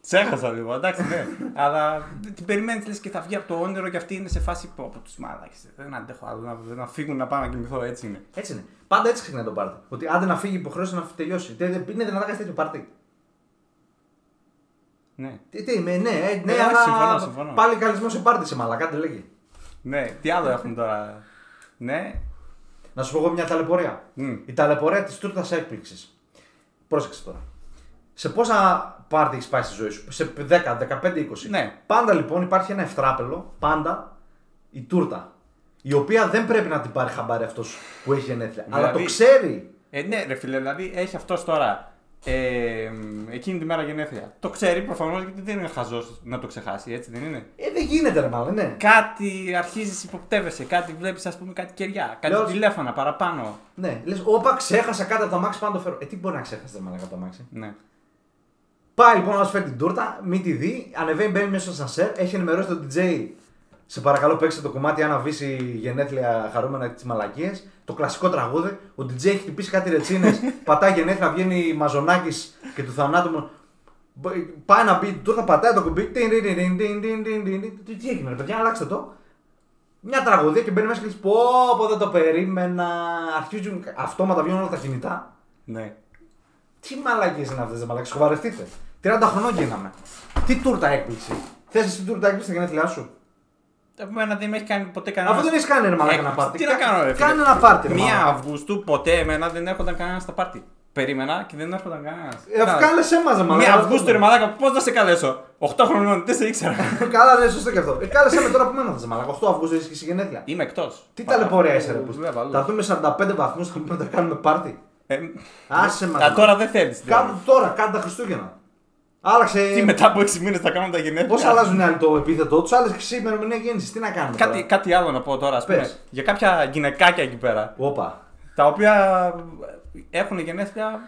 Speaker 3: Σε έχασα λίγο, εντάξει, ναι. Αλλά την περιμένεις λες και θα βγει από το όνειρο και αυτή είναι σε φάση που από τους μάλακε. Δεν αντέχω άλλο να, να φύγουν να πάω να κοιμηθώ, έτσι είναι.
Speaker 2: Έτσι είναι. Πάντα έτσι ξεκινάει το πάρτι. Ότι άντε να φύγει υποχρέωση να τελειώσει. Τε- Είναι δυνατόν να κάνεις τέτοιο πάρτι.
Speaker 3: Ναι.
Speaker 2: Τι, τι, με, ναι, ε, ναι,
Speaker 3: Ε, όχι,
Speaker 2: αλλά
Speaker 3: συμφωνώ, συμφωνώ.
Speaker 2: πάλι καλισμό σε πάρτι σε μαλακά, δεν λέγει.
Speaker 3: ναι, τι άλλο έχουμε τώρα. Ναι,
Speaker 2: Να σου πω εγώ μια ταλαιπωρία.
Speaker 3: Μμ.
Speaker 2: Η ταλαιπωρία της τούρτας έκπληξης. Πρόσεξε τώρα. Σε πόσα πάρτι έχεις πάει στη ζωή σου, σε 10, 15, 20.
Speaker 3: Ναι.
Speaker 2: Πάντα λοιπόν υπάρχει ένα ευτράπελο, πάντα η τούρτα. Η οποία δεν πρέπει να την πάρει χαμπάρι αυτός που έχει γενέθλια. Αλλά
Speaker 3: Δηλαδή-
Speaker 2: το ξέρει.
Speaker 3: Ε, ναι, ρε φίλε, δηλαδή έχει αυτός τώρα. Ε, μ, εκείνη τη μέρα γενέθλια. Το ξέρει προφανώς γιατί δεν είναι χαζός να το ξεχάσει, έτσι δεν είναι.
Speaker 2: Ε, δεν γίνεται, ρε μάλλον, ναι.
Speaker 3: Κάτι αρχίζεις, υποπτεύεσαι, κάτι βλέπεις, ας πούμε, κάτι κεριά, κάτι
Speaker 2: Λέω-
Speaker 3: τηλέφωνα παραπάνω.
Speaker 2: Ναι, λες, όπα, ξέχασα κάτι από το αμάξι, πάνω το φέρω. Ε, τι μπορεί να ξέχασες, ρε μαλάκα, από το αμάξι.
Speaker 3: Ναι.
Speaker 2: Πάει λοιπόν να σου φέρει την τούρτα, μην τη δει, ανεβαίνει, μπαίνει μέσα στο σανσέρ, έχει ενημερώσει τον DJ. Σε παρακαλώ, παίξτε το κομμάτι αν αφήσει γενέθλια χαρούμενα τι μαλακίε. Το κλασικό τραγούδι. Ο DJ έχει χτυπήσει κάτι ρετσίνες, πατάει γενέθλια, βγαίνει μαζονάκι και του θανάτου μου. Μπ- Πάει να μπει, τούρτα πατάει το κουμπί. τιν, τιν, τιν, τιν, τιν, τιν, τιν, τιν, τιν. Τι- Τι έγινε, ρε παιδιά, αλλάξτε το. Μια τραγωδία και μπαίνει μέσα και λες, πω, πω, δεν το περίμενα. Αρχίζουν αυτόματα βγαίνουν όλα τα κινητά.
Speaker 3: ναι.
Speaker 2: Τι μαλακίες είναι αυτές, μαλακίες. Σοβαρευτείτε. 30 χρονών γίναμε. Τι τούρτα έκπληξη. Θες εσύ τούρτα έκπληξη στα γενέθλιά σου.
Speaker 3: Εμένα δεν με έχει κάνει ποτέ κανένας.
Speaker 2: Αφού δεν έχεις κάνει ένα μαλακά
Speaker 3: Έκπληξη.
Speaker 2: ένα πάρτι.
Speaker 3: Τι να κάνω, ρε. φίλε.
Speaker 2: Κάνε ένα πάρτι.
Speaker 3: Μία Αυγούστου ποτέ εμένα δεν έρχονταν κανένας στα πάρτι. Περίμενα και δεν έρχονταν κανένας.
Speaker 2: Ε, Κάλεσε μας, μαλακά.
Speaker 3: Μία Αυγούστου, ρε μαλάκα, πώς να σε καλέσω. 8 χρονών, δεν σε ήξερα.
Speaker 2: Καλά, ναι, σωστό και αυτό. Ε, Κάλεσε με τώρα που μένατε, μαλακά. 8 Αυγούστου έχει και εσύ γενέθλια.
Speaker 3: Είμαι εκτός.
Speaker 2: Τι ταλαιπωρία είσαι, ρε. που-
Speaker 3: Δουλεύω αλλού.
Speaker 2: Θα δούμε 45 βαθμούς θα πούμε να κάνουμε πάρτι.
Speaker 3: Ε,
Speaker 2: Άσε μας.
Speaker 3: Α, τώρα δεν θέλεις.
Speaker 2: Κάντο τώρα, κάντε τα Χριστούγεννα. Άλλαξε.
Speaker 3: Τι μετά από 6 μήνες θα κάνουν τα γενέθλια.
Speaker 2: Πώς αλλάζουν οι άλλοι το επίθετό τους, άλλαξε η ημερομηνία γέννησης. Τι να κάνουμε.
Speaker 3: Κάτι,
Speaker 2: τώρα.
Speaker 3: κάτι άλλο να πω τώρα, ας πούμε,
Speaker 2: Πες.
Speaker 3: για κάποια γυναικάκια εκεί πέρα,
Speaker 2: Όπα.
Speaker 3: τα οποία έχουν γενέθλια,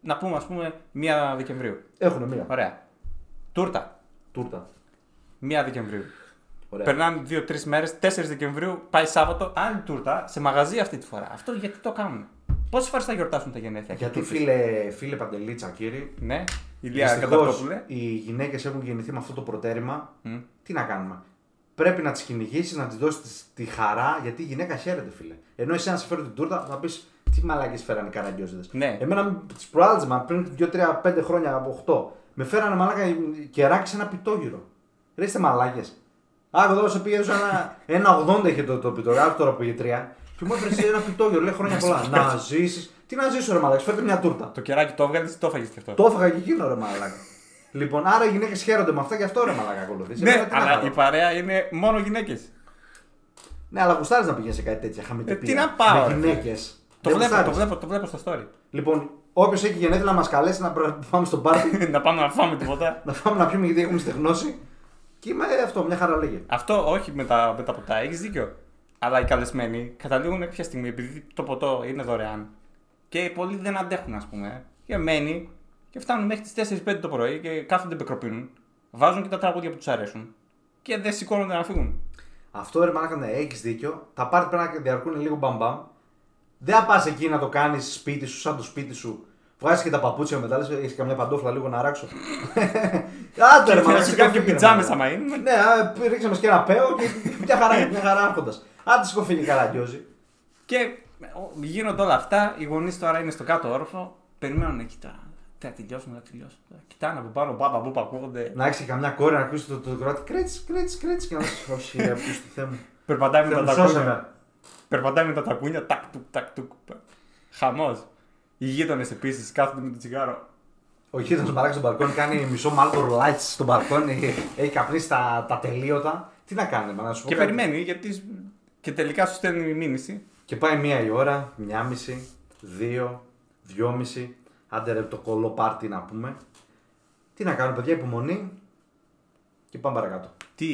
Speaker 3: να πούμε, ας πούμε, 1 Δεκεμβρίου.
Speaker 2: Έχουν μία.
Speaker 3: Ωραία. Τούρτα,
Speaker 2: Τούρτα.
Speaker 3: 1 Δεκεμβρίου.
Speaker 2: Ωραία.
Speaker 3: Περνάνε 2-3 μέρε, 4 Δεκεμβρίου, πάει Σάββατο, άλλη τούρτα, σε μαγαζί αυτή τη φορά. Αυτό γιατί το κάνουν. Πόσες φορές θα γιορτάσουν τα γενέθλια,
Speaker 2: Γιατί
Speaker 3: τούρτες.
Speaker 2: φίλε, φίλε Παντελίτσα, κύριε,
Speaker 3: Ναι, ηλία
Speaker 2: δυστυχώς
Speaker 3: Καταπτόπουλε.
Speaker 2: οι γυναίκες έχουν γεννηθεί με αυτό το προτέρημα.
Speaker 3: Μμ.
Speaker 2: Τι να κάνουμε. Πρέπει να τις κυνηγήσεις, να τη δώσεις τη χαρά, γιατί η γυναίκα χαίρεται, φίλε. Ενώ εσύ να σε φέρει την τούρτα, θα πεις τι μαλάκε φέρανε οι καραγκιόζηδες».
Speaker 3: Ναι.
Speaker 2: Εμένα τις προάλλε, μα πριν 2-3-5 χρόνια από 8, με φέρανε μαλάκα κεράκι σε ένα πιτόγυρο. Ρε είστε μαλάκες. Α, εγώ εδώ σε πήγε ένα, ένα 80 είχε το, το πιτόγυρο, άλλο τώρα πήγε 3. Και μου έφερε ένα πιτόγυρο, λέει χρόνια πολλά. να ζήσεις. Τι να ζήσω, ρε μαλάκες, φέρτε μια τούρτα.
Speaker 3: Το κεράκι το έβγαλες, το έφαγες και αυτό.
Speaker 2: Το έφαγα και εκείνο ρε μαλάκα. λοιπόν, άρα οι γυναίκες χαίρονται με αυτά και αυτό ρε μαλάκα Ε, ακολουθεί.
Speaker 3: Ναι, αλλά η παρέα είναι μόνο γυναίκες.
Speaker 2: ναι, αλλά γουστάρεις να πηγαίνεις σε κάτι τέτοια χαμηλή
Speaker 3: Ε, τι να πάω,
Speaker 2: Με
Speaker 3: ρε.
Speaker 2: γυναίκες.
Speaker 3: Το βλέπω, το βλέπω, το βλέπω στο story.
Speaker 2: Λοιπόν, όποιος έχει γενέθλια να μας καλέσει να πρα- πάμε στο πάρτι,
Speaker 3: να πάμε να φάμε τίποτα.
Speaker 2: να πάμε να πιούμε γιατί έχουμε στεγνώσει. Και είμαι αυτό, μια χαρά λέγε.
Speaker 3: Αυτό όχι με τα, με τα ποτά, έχεις δίκιο. Αλλά οι καλεσμένοι καταλήγουν κάποια στιγμή, επειδή το ποτό είναι δωρεάν και πολλοί δεν αντέχουν, ας πούμε. Και μένει και φτάνουν μέχρι τις 4-5 το πρωί και κάθονται μπεκροπίνουν. Βάζουν και τα τραγούδια που τους αρέσουν και δεν σηκώνονται να φύγουν.
Speaker 2: Αυτό ρε μαλάκα, ναι, έχεις δίκιο. Τα πάρτι πρέπει να διαρκούν λίγο μπαμπαμ. Δεν θα πας εκεί να το κάνεις σπίτι σου, σαν το σπίτι σου. Βγάζεις και τα παπούτσια μετά, λες: Έχεις καμιά παντόφλα λίγο να ράξω. Άντε, ρε
Speaker 3: Και
Speaker 2: μαλάκα.
Speaker 3: να σου κάνω και
Speaker 2: ξεκαφύγει, ρε,
Speaker 3: πιτζάμε
Speaker 2: μαλάκα.
Speaker 3: άμα είναι.
Speaker 2: Ναι, α, ρίξαμε και ένα παίο και μια χαρά, μια χαρά άρχοντας. Άντε σκοφίλη καραγκιόζη.
Speaker 3: Και ο, γίνονται όλα αυτά. Οι γονείς τώρα είναι στο κάτω όροφο, περιμένουν εκεί τώρα. Τι να τελειώσουμε, να τελειώσουμε. Κοιτάνε από πάνω, μπαμπα που ακούγονται.
Speaker 2: Να έχεις καμιά κόρη να ακούσει το, το κροάτι. Κρέτς, κρέτς, κρέτς και να σου όχι ρε, πού στη θέμα.
Speaker 3: Περπατάει με
Speaker 2: Θα
Speaker 3: τα
Speaker 2: μου
Speaker 3: τακούνια.
Speaker 2: σώσαμε.
Speaker 3: Περπατάει με τα τακούνια, τακ τουκ, τακ τουκ. Χαμός. Οι γείτονες επίσης κάθονται με το τσιγάρο.
Speaker 2: Ο γείτονας μπαράκι στο μπαλκόνι κάνει μισό Marlboro Lights στο μπαλκόνι. Έχει καπνίσει τα, τα τελείωτα. Τι να κάνουμε, μα να σου πω.
Speaker 3: Και
Speaker 2: κάτι.
Speaker 3: περιμένει γιατί. σ- Και τελικά σου στέλνει η μήνυση.
Speaker 2: Και πάει μία η ώρα, μία μισή, δύο, δυόμιση. Άντε ρε το κολό πάρτι να πούμε. Τι να κάνουμε, παιδιά, υπομονή. Και πάμε παρακάτω.
Speaker 3: Τι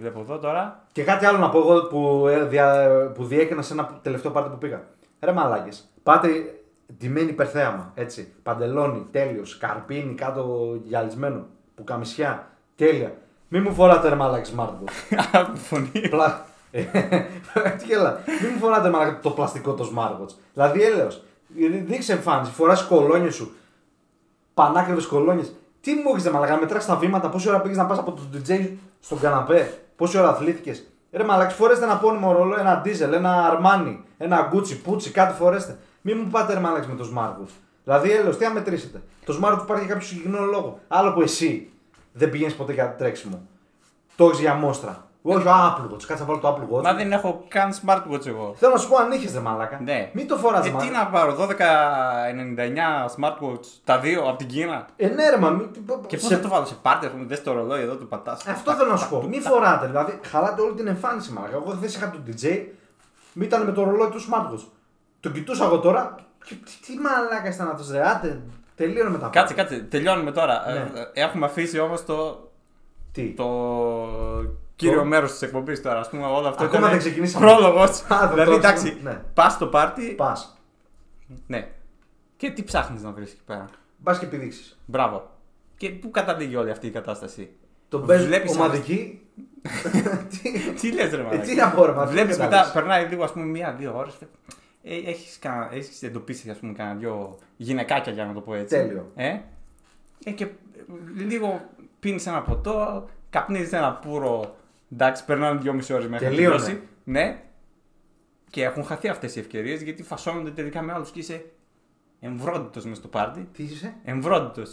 Speaker 3: βλέπω εδώ τώρα.
Speaker 2: Και κάτι άλλο να πω εγώ που, ε, δια- που διέκρινα σε ένα τελευταίο πάρτι που πήγα. Ρε μαλάκες. Πάτε τιμένη υπερθέαμα. Έτσι. Παντελόνι, τέλειος. Καρπίνι κάτω γυαλισμένο. Πουκαμισιά. Τέλεια. Μη μου φοράτε ρε μαλάκες smartbox.
Speaker 3: Από φωνή.
Speaker 2: Πλα... Ε, Τι γελά. Μην μου φοράτε μαλάκα, το πλαστικό το smartwatch. Δηλαδή έλεος. Δείξε εμφάνιση. Φοράς κολόνιες σου. Πανάκριβες κολόνιες. Τι μου έχεις μαλακά. Μετράς τα βήματα. Πόση ώρα πήγες να πας από το DJ στον καναπέ. Πόση ώρα αθλήθηκες. Ρε μαλακά. Φορέστε ένα πόνιμο ρολό. Ένα diesel. Ένα Armani. Ένα Gucci. Πούτσι. Κάτι φορέστε. Μην μου πάτε ρε μαλακά με το smartwatch. Δηλαδή έλεος. Τι να μετρήσετε. Το smartwatch υπάρχει για κάποιο συγκεκριμένο λόγο. Άλλο που εσύ δεν πηγαίνεις ποτέ για τρέξιμο. Το έχεις για μόστρα. Όχι, ο Apple Watch. Κάτσε να βάλω το Apple Watch.
Speaker 3: Μα δεν έχω καν smartwatch εγώ.
Speaker 2: Θέλω να σου πω αν είχες ρε μαλάκα.
Speaker 3: Ναι.
Speaker 2: Μην το φοράς
Speaker 3: Ε,
Speaker 2: μαλάκα.
Speaker 3: τι να πάρω, 12,99 smartwatch, τα δύο από την Κίνα.
Speaker 2: Ε, ναι, ρε, μα, μην...
Speaker 3: Και πώς
Speaker 2: σε-
Speaker 3: θα το βάλω σε πάρτι, ας πούμε, δες το ρολόι εδώ του πατά.
Speaker 2: Αυτό θέλω να σου πω. Μην φοράτε, δηλαδή χαλάτε όλη την εμφάνιση μαλάκα. Εγώ χθες είχα τον DJ, μη ήταν με το ρολόι του smartwatch. Το κοιτούσα εγώ τώρα. Και, τι, τι μαλάκα ήταν αυτός, ρε. Άτε, τελείωνε με τα
Speaker 3: Κάτσε,
Speaker 2: πράγματα.
Speaker 3: κάτσε, τελειώνουμε τώρα.
Speaker 2: Ναι.
Speaker 3: Ε, Έχουμε αφήσει όμως το,
Speaker 2: Τι.
Speaker 3: το κύριο μέρος της εκπομπής τώρα. Ας πούμε, όλο αυτό
Speaker 2: Ακόμα
Speaker 3: ήταν
Speaker 2: δεν ξεκινήσαμε.
Speaker 3: Πρόλογος.
Speaker 2: Α, δεν
Speaker 3: δηλαδή,
Speaker 2: το-
Speaker 3: εντάξει,
Speaker 2: ναι.
Speaker 3: πας στο πάρτι.
Speaker 2: Πας.
Speaker 3: Ναι. Και τι ψάχνεις να βρεις εκεί πέρα.
Speaker 2: Πας και επιδείξεις.
Speaker 3: Μπράβο. Και πού καταλήγει όλη αυτή η κατάσταση.
Speaker 2: Τον παίζει
Speaker 3: Βλέπεις
Speaker 2: ομαδική. Τι-
Speaker 3: Τι λες, ρε Μαλάκα.
Speaker 2: Ε, τι να πω, ρε, μα, τι
Speaker 3: Βλέπει
Speaker 2: κατάλαβες.
Speaker 3: μετά, περνάει λίγο, ας πούμε, μία-δύο ώρε. Έχει Ε, έχεις εντοπίσει, ας πούμε, κανένα δυο γυναικάκια, για να το πω έτσι.
Speaker 2: Τέλειο.
Speaker 3: Ε, ε και ε, λίγο πίνεις ένα ποτό, καπνίζεις ένα πουρο. Εντάξει, περνάνε δυόμιση ώρες μέχρι να
Speaker 2: Τελείωνε.
Speaker 3: τελειώσει. Ναι. Και έχουν χαθεί αυτές οι ευκαιρίες γιατί φασώνονται τελικά με άλλους και είσαι εμβρόντιτος μες στο πάρτι.
Speaker 2: Τι είσαι.
Speaker 3: Εμβρόντιτος.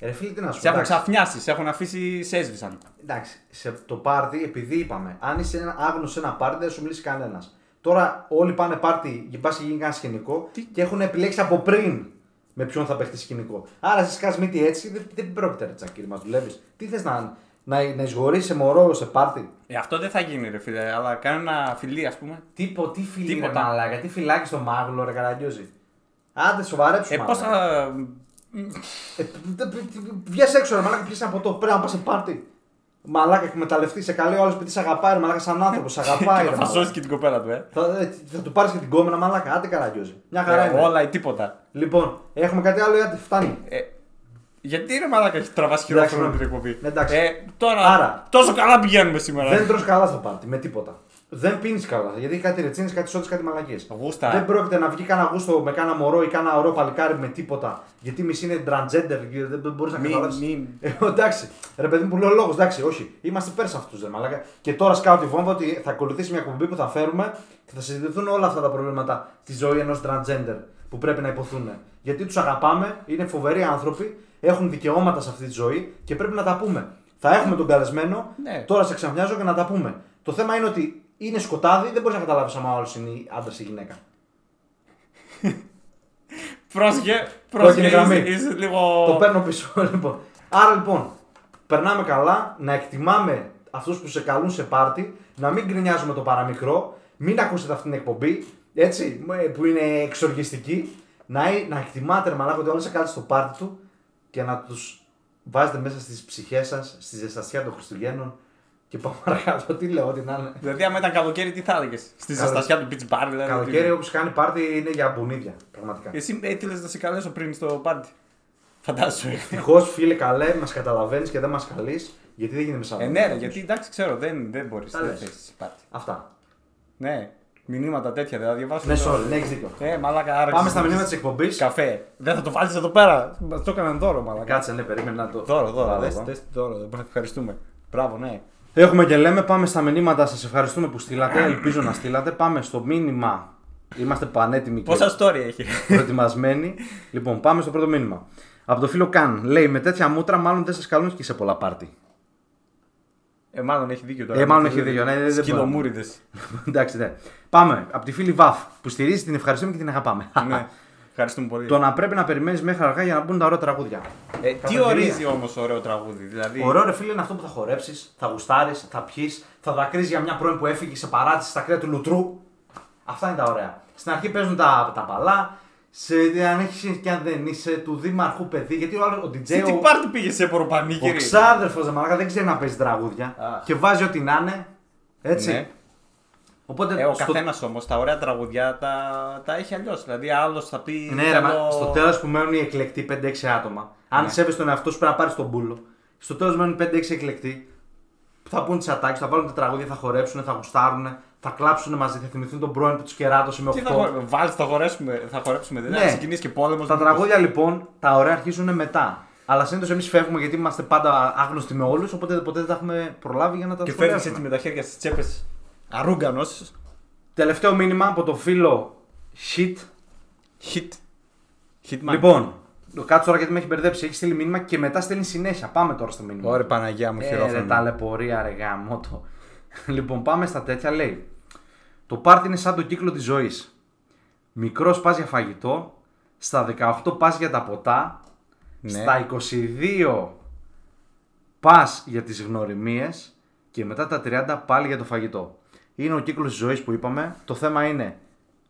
Speaker 2: Ρε φίλε, τι να σου
Speaker 3: Σε έχουν
Speaker 2: εντάξει.
Speaker 3: ξαφνιάσει, σε έχουν αφήσει, σε έσβησαν.
Speaker 2: Εντάξει, σε το πάρτι, επειδή είπαμε, αν είσαι ένα, άγνωστος σε ένα πάρτι, δεν σου μιλήσει κανένας. Τώρα όλοι πάνε πάρτι και πα και γίνει κανένα σκηνικό και έχουν επιλέξει από πριν με ποιον θα παιχτεί σκηνικό. Άρα εσύ σκάς μύτη έτσι, δεν, δεν πρόκειται ρε τσακίρι, μας δουλεύεις. Τι θες να, να, να εισγορήσει σε μωρό σε πάρτι.
Speaker 3: Ε, αυτό δεν θα γίνει, ρε φίλε, αλλά κάνω ένα φιλί, ας πούμε.
Speaker 2: Τίπο, τι φιλί,
Speaker 3: Τίποτα.
Speaker 2: Τίποτα. Μαλάκα, τι φυλάκι στο μάγουλο, ρε καραγκιόζη. Άντε, σοβαρέψου.
Speaker 3: Ε, πώς
Speaker 2: μαλάκα.
Speaker 3: θα.
Speaker 2: Ε, δε- δε- δε- Βγες έξω, ρε μαλάκα, πιέσαι από το πρέπει να πας σε πάρτι. Μαλάκα, εκμεταλλευτεί, σε καλεί ο άλλος επειδή σε αγαπάει, ρε μαλάκα, σαν άνθρωπο, σε αγαπάει. ρε,
Speaker 3: θα
Speaker 2: μαλάκα.
Speaker 3: σώσει και την κοπέλα του, ε.
Speaker 2: Θα, ε, θα του πάρεις και την κόμενα μαλάκα. Άντε καραγκιόζη. Μια χαρά
Speaker 3: Ε,
Speaker 2: είναι.
Speaker 3: Όλα ή τίποτα.
Speaker 2: Λοιπόν, έχουμε κάτι άλλο ή άντε φτάνει.
Speaker 3: Ε, γιατί ρε μαλάκα έχεις τραβάς
Speaker 2: Εντάξει,
Speaker 3: χειρόφρονο την
Speaker 2: ναι.
Speaker 3: εκπομπή.
Speaker 2: Εντάξει.
Speaker 3: Ε, τώρα
Speaker 2: Άρα.
Speaker 3: τόσο καλά πηγαίνουμε σήμερα.
Speaker 2: Δεν τρως καλά στο πάρτι με τίποτα. Δεν πίνεις καλά. Γιατί κάτι ρετσίνε, κάτι σότε, κάτι μαλακίες.
Speaker 3: Γούστα.
Speaker 2: Δεν πρόκειται να βγει κανένα γούστο με κάνα μωρό ή κάνα ωρό παλικάρι με τίποτα. Γιατί μισή είναι transgender και δεν μπορείς να
Speaker 3: Μη-
Speaker 2: καταλάβει.
Speaker 3: μη-
Speaker 2: Ε, εντάξει. Ρε παιδί μου που λέω λόγος, εντάξει, όχι. Είμαστε πέρσι αυτούς, ρε μαλάκα. Και τώρα σκάω τη βόμβα ότι θα ακολουθήσει μια εκπομπή που θα φέρουμε και θα συζητηθούν όλα αυτά τα προβλήματα στη ζωή ενός transgender που πρέπει να υποθούν. Γιατί τους αγαπάμε, είναι φοβεροί άνθρωποι, έχουν δικαιώματα σε αυτή τη ζωή και πρέπει να τα πούμε. Θα έχουμε τον καλεσμένο,
Speaker 3: Ναι.
Speaker 2: τώρα σε ξαφνιάζω και να τα πούμε. Το θέμα είναι ότι είναι σκοτάδι, δεν μπορείς να καταλάβεις άμα άλλος είναι άντρας ή γυναίκα.
Speaker 3: Πρόσεχε, πρόσεχε.
Speaker 2: Κόκκινη γραμμή.
Speaker 3: Είσαι, είσαι λίγο.
Speaker 2: Το παίρνω πίσω λοιπόν. Άρα λοιπόν, περνάμε καλά, να εκτιμάμε αυτούς που σε καλούν σε πάρτι, να μην γκρινιάζουμε το παραμικρό, μην ακούσετε αυτή την εκπομπή, έτσι, μ- που είναι εξοργιστική, να, ε- να εκτιμάτε ρε μαλάκα ότι όλοι σε καλούν στο πάρτι του και να τους βάζετε μέσα στις ψυχές σας, στη ζεστασιά των Χριστουγέννων και πάμε παρακάτω. Τι λέω, ό,τι να είναι.
Speaker 3: Δηλαδή, άμα ήταν καλοκαίρι, τι θα έλεγες. Στη
Speaker 2: Καλο-
Speaker 3: ζεστασιά του beach bar, δηλαδή.
Speaker 2: Καλοκαίρι,
Speaker 3: τι-
Speaker 2: όποιο κάνει πάρτι είναι για μπουνίδια, πραγματικά.
Speaker 3: Εσύ ε, τι λες να σε καλέσω πριν στο πάρτι. Φαντάζομαι.
Speaker 2: Ευτυχώς, φίλε, καλέ, μας καταλαβαίνεις και δεν μας καλείς, γιατί δεν γίνεται σαν
Speaker 3: Ε, ναι, ρε, γιατί εντάξει, ξέρω, δεν, δεν μπορείς.
Speaker 2: Τα
Speaker 3: Δεν
Speaker 2: λες.
Speaker 3: θες πάρτι.
Speaker 2: Αυτά.
Speaker 3: Ναι, μηνύματα τέτοια, δεν θα διαβάσω.
Speaker 2: Ναι,
Speaker 3: τώρα.
Speaker 2: sorry, ναι, έχεις δίκιο.
Speaker 3: Ε, μαλάκα, άραξε.
Speaker 2: Πάμε στα μηνύματα της εκπομπής.
Speaker 3: Καφέ. Δεν θα το βάλεις εδώ πέρα. Μας το έκαναν δώρο, μαλακά.
Speaker 2: Κάτσε, ναι, περίμενα να το.
Speaker 3: Δώρο, δώρο.
Speaker 2: Μπράβο,
Speaker 3: Δες
Speaker 2: μπράβο.
Speaker 3: το δώρο. Δεν ευχαριστούμε. Μπράβο, ναι.
Speaker 2: Έχουμε και λέμε, πάμε στα μηνύματα. Σας ευχαριστούμε που στείλατε. Ελπίζω να στείλατε. Πάμε στο μήνυμα. Είμαστε πανέτοιμοι και
Speaker 3: Πόσα story έχει.
Speaker 2: προετοιμασμένοι. λοιπόν, πάμε στο πρώτο μήνυμα. Από το φίλο Καν. Λέει με τέτοια μούτρα, μάλλον δεν σας καλούν και σε πολλά πάρτι.
Speaker 3: Ε, μάλλον έχει δίκιο τώρα.
Speaker 2: Ε, μάλλον έχει δίκιο, ναι, δεν- δεν μπορώ.
Speaker 3: Σκυλομούριδες.
Speaker 2: Εντάξει, ναι. Πάμε. Από τη φίλη Βαφ που στηρίζει, την ευχαριστούμε και την αγαπάμε.
Speaker 3: ναι. Ευχαριστούμε πολύ.
Speaker 2: Το να πρέπει να περιμένεις μέχρι αργά για να μπουν τα ωραία τραγούδια.
Speaker 3: Ε, τι
Speaker 2: Κακοκαιρία.
Speaker 3: ορίζει όμως ωραίο τραγούδι, δηλαδή.
Speaker 2: Ωραίο ρε φίλε είναι αυτό που θα χορέψεις, θα γουστάρεις, θα πιεις, θα δακρύζει για μια πρώην που έφυγε σε παράτηση στα κρύα του λουτρού. Αυτά είναι τα ωραία. Στην αρχή παίζουν τα, τα παλά. Σε, αν έχεις και αν δεν είσαι του δήμαρχου παιδί, γιατί ο, άλλος- ο
Speaker 3: Σε
Speaker 2: DJ.
Speaker 3: τι
Speaker 2: ο-
Speaker 3: πάρτι πήγε σε
Speaker 2: Ο
Speaker 3: ποροπανίκυρη.
Speaker 2: ξάδερφο δε μαλάκα δεν ξέρει να παίζει τραγούδια.
Speaker 3: Αχ.
Speaker 2: Και βάζει ό,τι να είναι. Έτσι.
Speaker 3: Ναι.
Speaker 2: Οπότε
Speaker 3: Ε, ο
Speaker 2: στο-
Speaker 3: καθένας όμως τα ωραία τραγουδιά τα, τα έχει αλλιώς. Δηλαδή, άλλος θα πει.
Speaker 2: Ναι, ρε, μα,
Speaker 3: θέλω-
Speaker 2: στο τέλος που μένουν οι εκλεκτοί 5-6 άτομα. Αν ναι. σέβεσαι τον εαυτό σου, πρέπει να πάρεις τον πούλο. Στο τέλος μένουν 5-6 εκλεκτοί που θα πούν τις ατάξει, θα βάλουν τα τραγούδια, θα χορέψουν, θα γουστάρουν, θα κλάψουν μαζί, θα θυμηθούν τον πρώην που τους κεράτωσε με
Speaker 3: Τι
Speaker 2: 8.
Speaker 3: θα χορέψουμε, βάλει, θα χορέψουμε. Θα χορέψουμε δηλαδή,
Speaker 2: Ναι.
Speaker 3: να ξεκινήσει και πόλεμος.
Speaker 2: Τα τραγούδια λοιπόν, τα ωραία αρχίζουν μετά. Αλλά συνήθως εμείς φεύγουμε γιατί είμαστε πάντα άγνωστοι με όλους, οπότε ποτέ δεν τα έχουμε προλάβει για να τα
Speaker 3: Και φέρνει
Speaker 2: σχολιάσουμε.
Speaker 3: έτσι με τα χέρια στις τσέπες. Αρούγκανο.
Speaker 2: Τελευταίο μήνυμα από το φίλο Shit
Speaker 3: Hit. Hitman.
Speaker 2: Λοιπόν, το κάτσε τώρα γιατί με έχει μπερδέψει. Έχει στείλει μήνυμα και μετά στέλνει συνέχεια. Πάμε τώρα στο μήνυμα.
Speaker 3: Ωραία, Παναγία μου,
Speaker 2: Ε, ρε,
Speaker 3: χειρόφρενο.
Speaker 2: ταλαιπωρία, ρε γάμο το. Λοιπόν, πάμε στα τέτοια. Λέει: Το πάρτι είναι σαν το κύκλο της ζωής. Μικρός πας για φαγητό, στα 18 πας για τα ποτά,
Speaker 3: Ναι.
Speaker 2: στα 22 πας για τις γνωριμίες και μετά τα 30 πάλι για το φαγητό. Είναι ο κύκλος της ζωής που είπαμε. Το θέμα είναι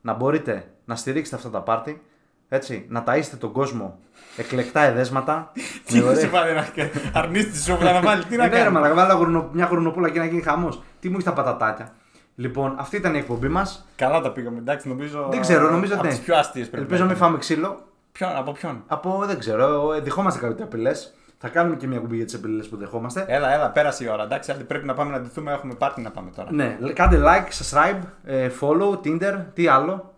Speaker 2: να μπορείτε να στηρίξετε αυτά τα πάρτι, έτσι, να ταΐσετε τον κόσμο εκλεκτά εδέσματα.
Speaker 3: Τι
Speaker 2: με Ναι, ωραία-
Speaker 3: σε πάρει να αρνίσει τη σούβλα να βάλει, τι να
Speaker 2: ναι, ρε,
Speaker 3: κάνει.
Speaker 2: μαλάκα, βάλε γουρνο- μια γουρνοπούλα και να γίνει χαμός. Τι μου έχει τα πατατάκια. Λοιπόν, αυτή ήταν η εκπομπή μας.
Speaker 3: Καλά τα πήγαμε, εντάξει, νομίζω.
Speaker 2: Δεν ξέρω, νομίζω
Speaker 3: Ε, Από
Speaker 2: ναι.
Speaker 3: τις πιο άστιε πρέπει.
Speaker 2: Ελπίζω να
Speaker 3: να
Speaker 2: μην
Speaker 3: ήταν.
Speaker 2: φάμε ξύλο.
Speaker 3: Ποιον, από ποιον.
Speaker 2: Από δεν ξέρω, ε, δεχόμαστε κάποιες απειλές. Θα κάνουμε και μια κουμπί για τις απειλές που δεχόμαστε.
Speaker 3: Έλα, έλα, πέρασε η ώρα. Εντάξει, άντε, πρέπει να πάμε να ντυθούμε. Έχουμε πάρτι να πάμε τώρα.
Speaker 2: Ναι, λε- κάντε like, subscribe, ε, follow, Tinder, τι άλλο.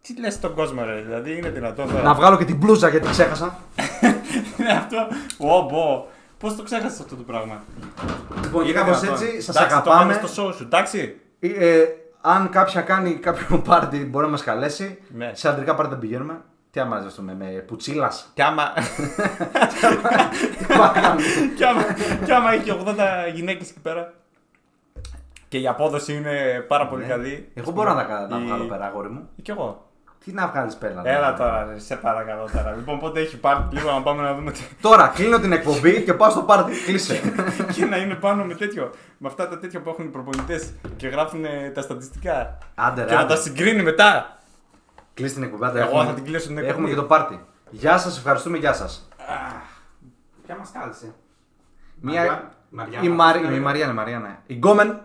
Speaker 3: Τι λες στον κόσμο, ρε, δηλαδή είναι δυνατόν τώρα.
Speaker 2: Να βγάλω και την μπλούζα γιατί ξέχασα.
Speaker 3: Είναι αυτό. Ωμπο. Πώς το ξέχασες αυτό το πράγμα.
Speaker 2: Λοιπόν, και
Speaker 3: Είναι
Speaker 2: κάπως
Speaker 3: δυνατόν.
Speaker 2: έτσι, σας
Speaker 3: Εντάξει,
Speaker 2: αγαπάμε.
Speaker 3: Το πάμε στο show σου, εντάξει.
Speaker 2: Ε, ε, αν κάποια κάνει κάποιο πάρτι, μπορεί να μας καλέσει.
Speaker 3: Ναι.
Speaker 2: Σε αντρικά πάρτι δεν πηγαίνουμε. Τι άμα ζεστούμε, με πουτσίλας.
Speaker 3: Κι άμα, κι άμα, κι άμα έχει 80 γυναίκες εκεί πέρα. Και η απόδοση είναι πάρα πολύ καλή.
Speaker 2: Ε, Ναι. Εγώ μπορώ να τα, κα- τα
Speaker 3: Δηλαδή, Η-
Speaker 2: βγάλω πέρα, αγόρι μου.
Speaker 3: Κι εγώ.
Speaker 2: Τι να δηλαδή. βγάλει πέρα. ρε.
Speaker 3: Έλα τώρα, ρε, σε παρακαλώ τώρα. Λοιπόν, πότε έχει πάρει λίγο να πάμε να δούμε. τι-
Speaker 2: Τώρα κλείνω την εκπομπή και πάω στο πάρτι. Κλείσε.
Speaker 3: και να είναι πάνω με τέτοιο. Με αυτά τα τέτοια που έχουν οι προπονητές και γράφουν ε, τα στατιστικά.
Speaker 2: Άντε, ρε,
Speaker 3: και να
Speaker 2: άντε.
Speaker 3: τα συγκρίνει μετά.
Speaker 2: Κλείσε την εκπομπή. άντε,
Speaker 3: Εγώ
Speaker 2: έχουμε-
Speaker 3: θα την κλείσω την
Speaker 2: Έχουμε
Speaker 3: εκπομπή.
Speaker 2: και το πάρτι. Γεια σας, ευχαριστούμε, γεια σας.
Speaker 4: Ποια μας κάλεσε.
Speaker 2: Μια...
Speaker 4: Μαριά- Μαριάννα.
Speaker 2: ναι. Η, Μαρ... η Μαριάννα, η Μαριάννα. Η Γκόμεν.